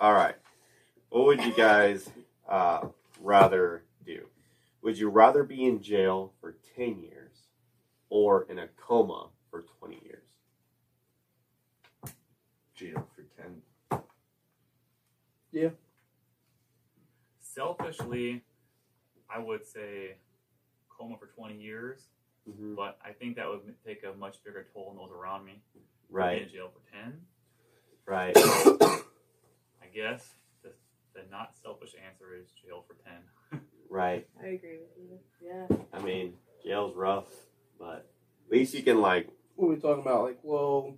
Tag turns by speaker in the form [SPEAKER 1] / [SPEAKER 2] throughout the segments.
[SPEAKER 1] All right. What would you guys uh, rather do? Would you rather be in jail for 10 years or in a coma for 20 years?
[SPEAKER 2] Jail for ten.
[SPEAKER 3] Selfishly, I would say coma for 20 years,
[SPEAKER 1] Mm-hmm.
[SPEAKER 3] but I think that would take a much bigger toll on those around me. Being
[SPEAKER 1] Right,
[SPEAKER 3] in jail for 10,
[SPEAKER 1] right.
[SPEAKER 3] I guess. The, the not selfish answer is jail for 10.
[SPEAKER 1] Right.
[SPEAKER 4] I agree with you. Yeah.
[SPEAKER 1] I mean, jail's rough, but at least you can like
[SPEAKER 5] What are we talking about? Like low,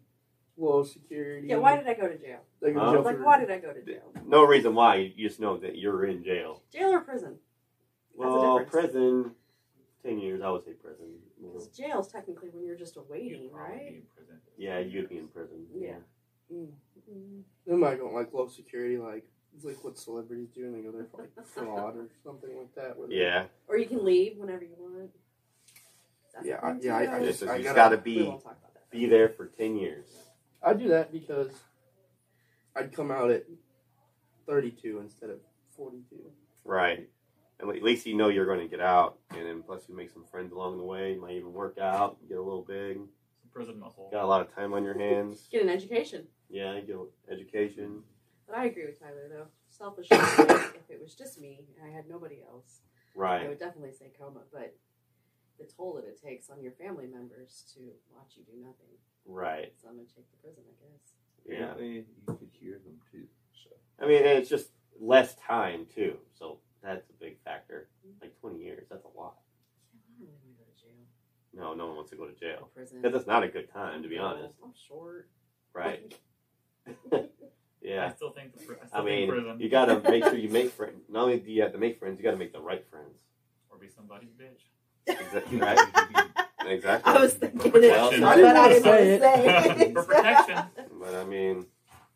[SPEAKER 5] low security.
[SPEAKER 4] Yeah, why did I go to jail?
[SPEAKER 5] they can
[SPEAKER 1] Huh?
[SPEAKER 5] jail
[SPEAKER 4] Like,
[SPEAKER 5] for-
[SPEAKER 4] why did I go to jail?
[SPEAKER 1] no reason why. You just know that you're in jail.
[SPEAKER 4] Jail or prison? That's the
[SPEAKER 1] Well,
[SPEAKER 4] difference.
[SPEAKER 1] prison, ten years. I would say prison. Yeah.
[SPEAKER 4] Because jail's technically when you're just awaiting,
[SPEAKER 3] You'd probably be
[SPEAKER 4] right?
[SPEAKER 3] in prison.
[SPEAKER 1] Yeah, you'd be in prison.
[SPEAKER 4] Yeah.
[SPEAKER 5] Mm.
[SPEAKER 4] Mm.
[SPEAKER 5] They might don't like low security. Like it's like what celebrities do, and they go there for like fraud or something like that. where they-
[SPEAKER 1] Yeah.
[SPEAKER 4] Or you can leave whenever you want. That's
[SPEAKER 5] Yeah,
[SPEAKER 4] the thing,
[SPEAKER 5] yeah, I- I
[SPEAKER 4] too.
[SPEAKER 5] just-
[SPEAKER 1] This is, you
[SPEAKER 5] gotta-
[SPEAKER 1] just gotta
[SPEAKER 4] we
[SPEAKER 1] be
[SPEAKER 4] won't talk about that.
[SPEAKER 1] be there for ten years.
[SPEAKER 5] I do that because I'd come out at 32 instead of 42.
[SPEAKER 1] Right. And at least you know you're going to get out, and then plus you make some friends along the way. You might even work out, get a little big.
[SPEAKER 3] Some prison muscle.
[SPEAKER 1] Got a lot of time on your hands.
[SPEAKER 4] Get an education.
[SPEAKER 1] Yeah, you get education.
[SPEAKER 4] But I agree with Tyler though. Selfishly, like, if it was just me and I had nobody else, I
[SPEAKER 1] Right.
[SPEAKER 4] would definitely say coma. But the toll that it takes on your family members to watch you do nothing.
[SPEAKER 1] Right.
[SPEAKER 4] So I'm gonna take the prison, I guess.
[SPEAKER 1] Yeah.
[SPEAKER 2] Apparently, you could hear them too. So
[SPEAKER 1] I mean, and it's just less time too, so that's a big factor. Like twenty years, that's a lot.
[SPEAKER 4] Yeah, I don't really want to go to jail.
[SPEAKER 1] No, no one wants to go to jail.
[SPEAKER 4] Oh, Prison.
[SPEAKER 1] Because that's not a good time, to be honest.
[SPEAKER 4] I'm short.
[SPEAKER 1] Right?
[SPEAKER 3] I
[SPEAKER 1] yeah.
[SPEAKER 3] still think the pr- I still
[SPEAKER 1] I
[SPEAKER 3] think
[SPEAKER 1] mean,
[SPEAKER 3] prison
[SPEAKER 1] you gotta make sure you make friends. Not only do you have to make friends, you gotta make the right friends.
[SPEAKER 3] or be somebody's bitch.
[SPEAKER 1] Exactly. Right? Exactly.
[SPEAKER 4] I was thinking
[SPEAKER 3] For
[SPEAKER 4] it,
[SPEAKER 1] protection.
[SPEAKER 4] but I didn't
[SPEAKER 5] I
[SPEAKER 4] want to say it.
[SPEAKER 3] For protection.
[SPEAKER 1] But I mean,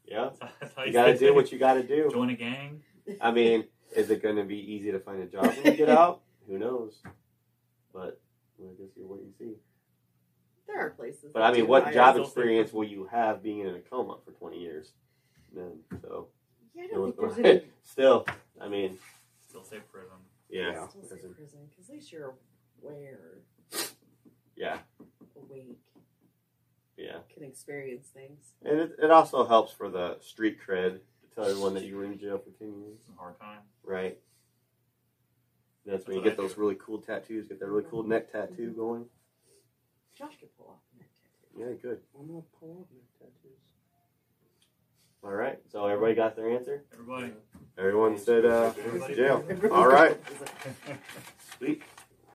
[SPEAKER 1] yeah,
[SPEAKER 3] That's how
[SPEAKER 1] you gotta
[SPEAKER 3] say
[SPEAKER 1] do
[SPEAKER 3] it.
[SPEAKER 1] what you gotta do.
[SPEAKER 3] Join a gang.
[SPEAKER 1] I mean, is it gonna be easy to find a job when you get out? Who knows? But well, I guess you're what you see.
[SPEAKER 4] There are places.
[SPEAKER 1] But
[SPEAKER 4] that
[SPEAKER 1] I mean,
[SPEAKER 4] do
[SPEAKER 1] what
[SPEAKER 4] hire-
[SPEAKER 1] job
[SPEAKER 3] still
[SPEAKER 1] experience will you have being in a coma for 20 years? None. So
[SPEAKER 4] Yeah, I don't think there's any.
[SPEAKER 1] still, I mean,
[SPEAKER 3] Still say prison.
[SPEAKER 1] yeah,
[SPEAKER 4] Still say prison, because at least you're aware,
[SPEAKER 1] yeah,
[SPEAKER 4] awake,
[SPEAKER 1] yeah.
[SPEAKER 4] can experience things.
[SPEAKER 1] And it, it also helps for the street cred to tell everyone that you were in jail for 10 years,
[SPEAKER 3] Some hard time.
[SPEAKER 1] right? That's when you
[SPEAKER 3] That's
[SPEAKER 1] get
[SPEAKER 3] what I
[SPEAKER 1] those
[SPEAKER 3] do.
[SPEAKER 1] really cool tattoos. Get that really cool neck tattoo going.
[SPEAKER 4] Josh could pull off that tattoo.
[SPEAKER 1] Yeah, good.
[SPEAKER 5] I'm not pulling up my tattoos.
[SPEAKER 1] All right. So everybody got their answer.
[SPEAKER 3] Everybody.
[SPEAKER 1] Everyone said uh,
[SPEAKER 3] Everybody.
[SPEAKER 1] jail.
[SPEAKER 4] Everybody
[SPEAKER 1] All right.
[SPEAKER 4] does it.
[SPEAKER 1] Sweet.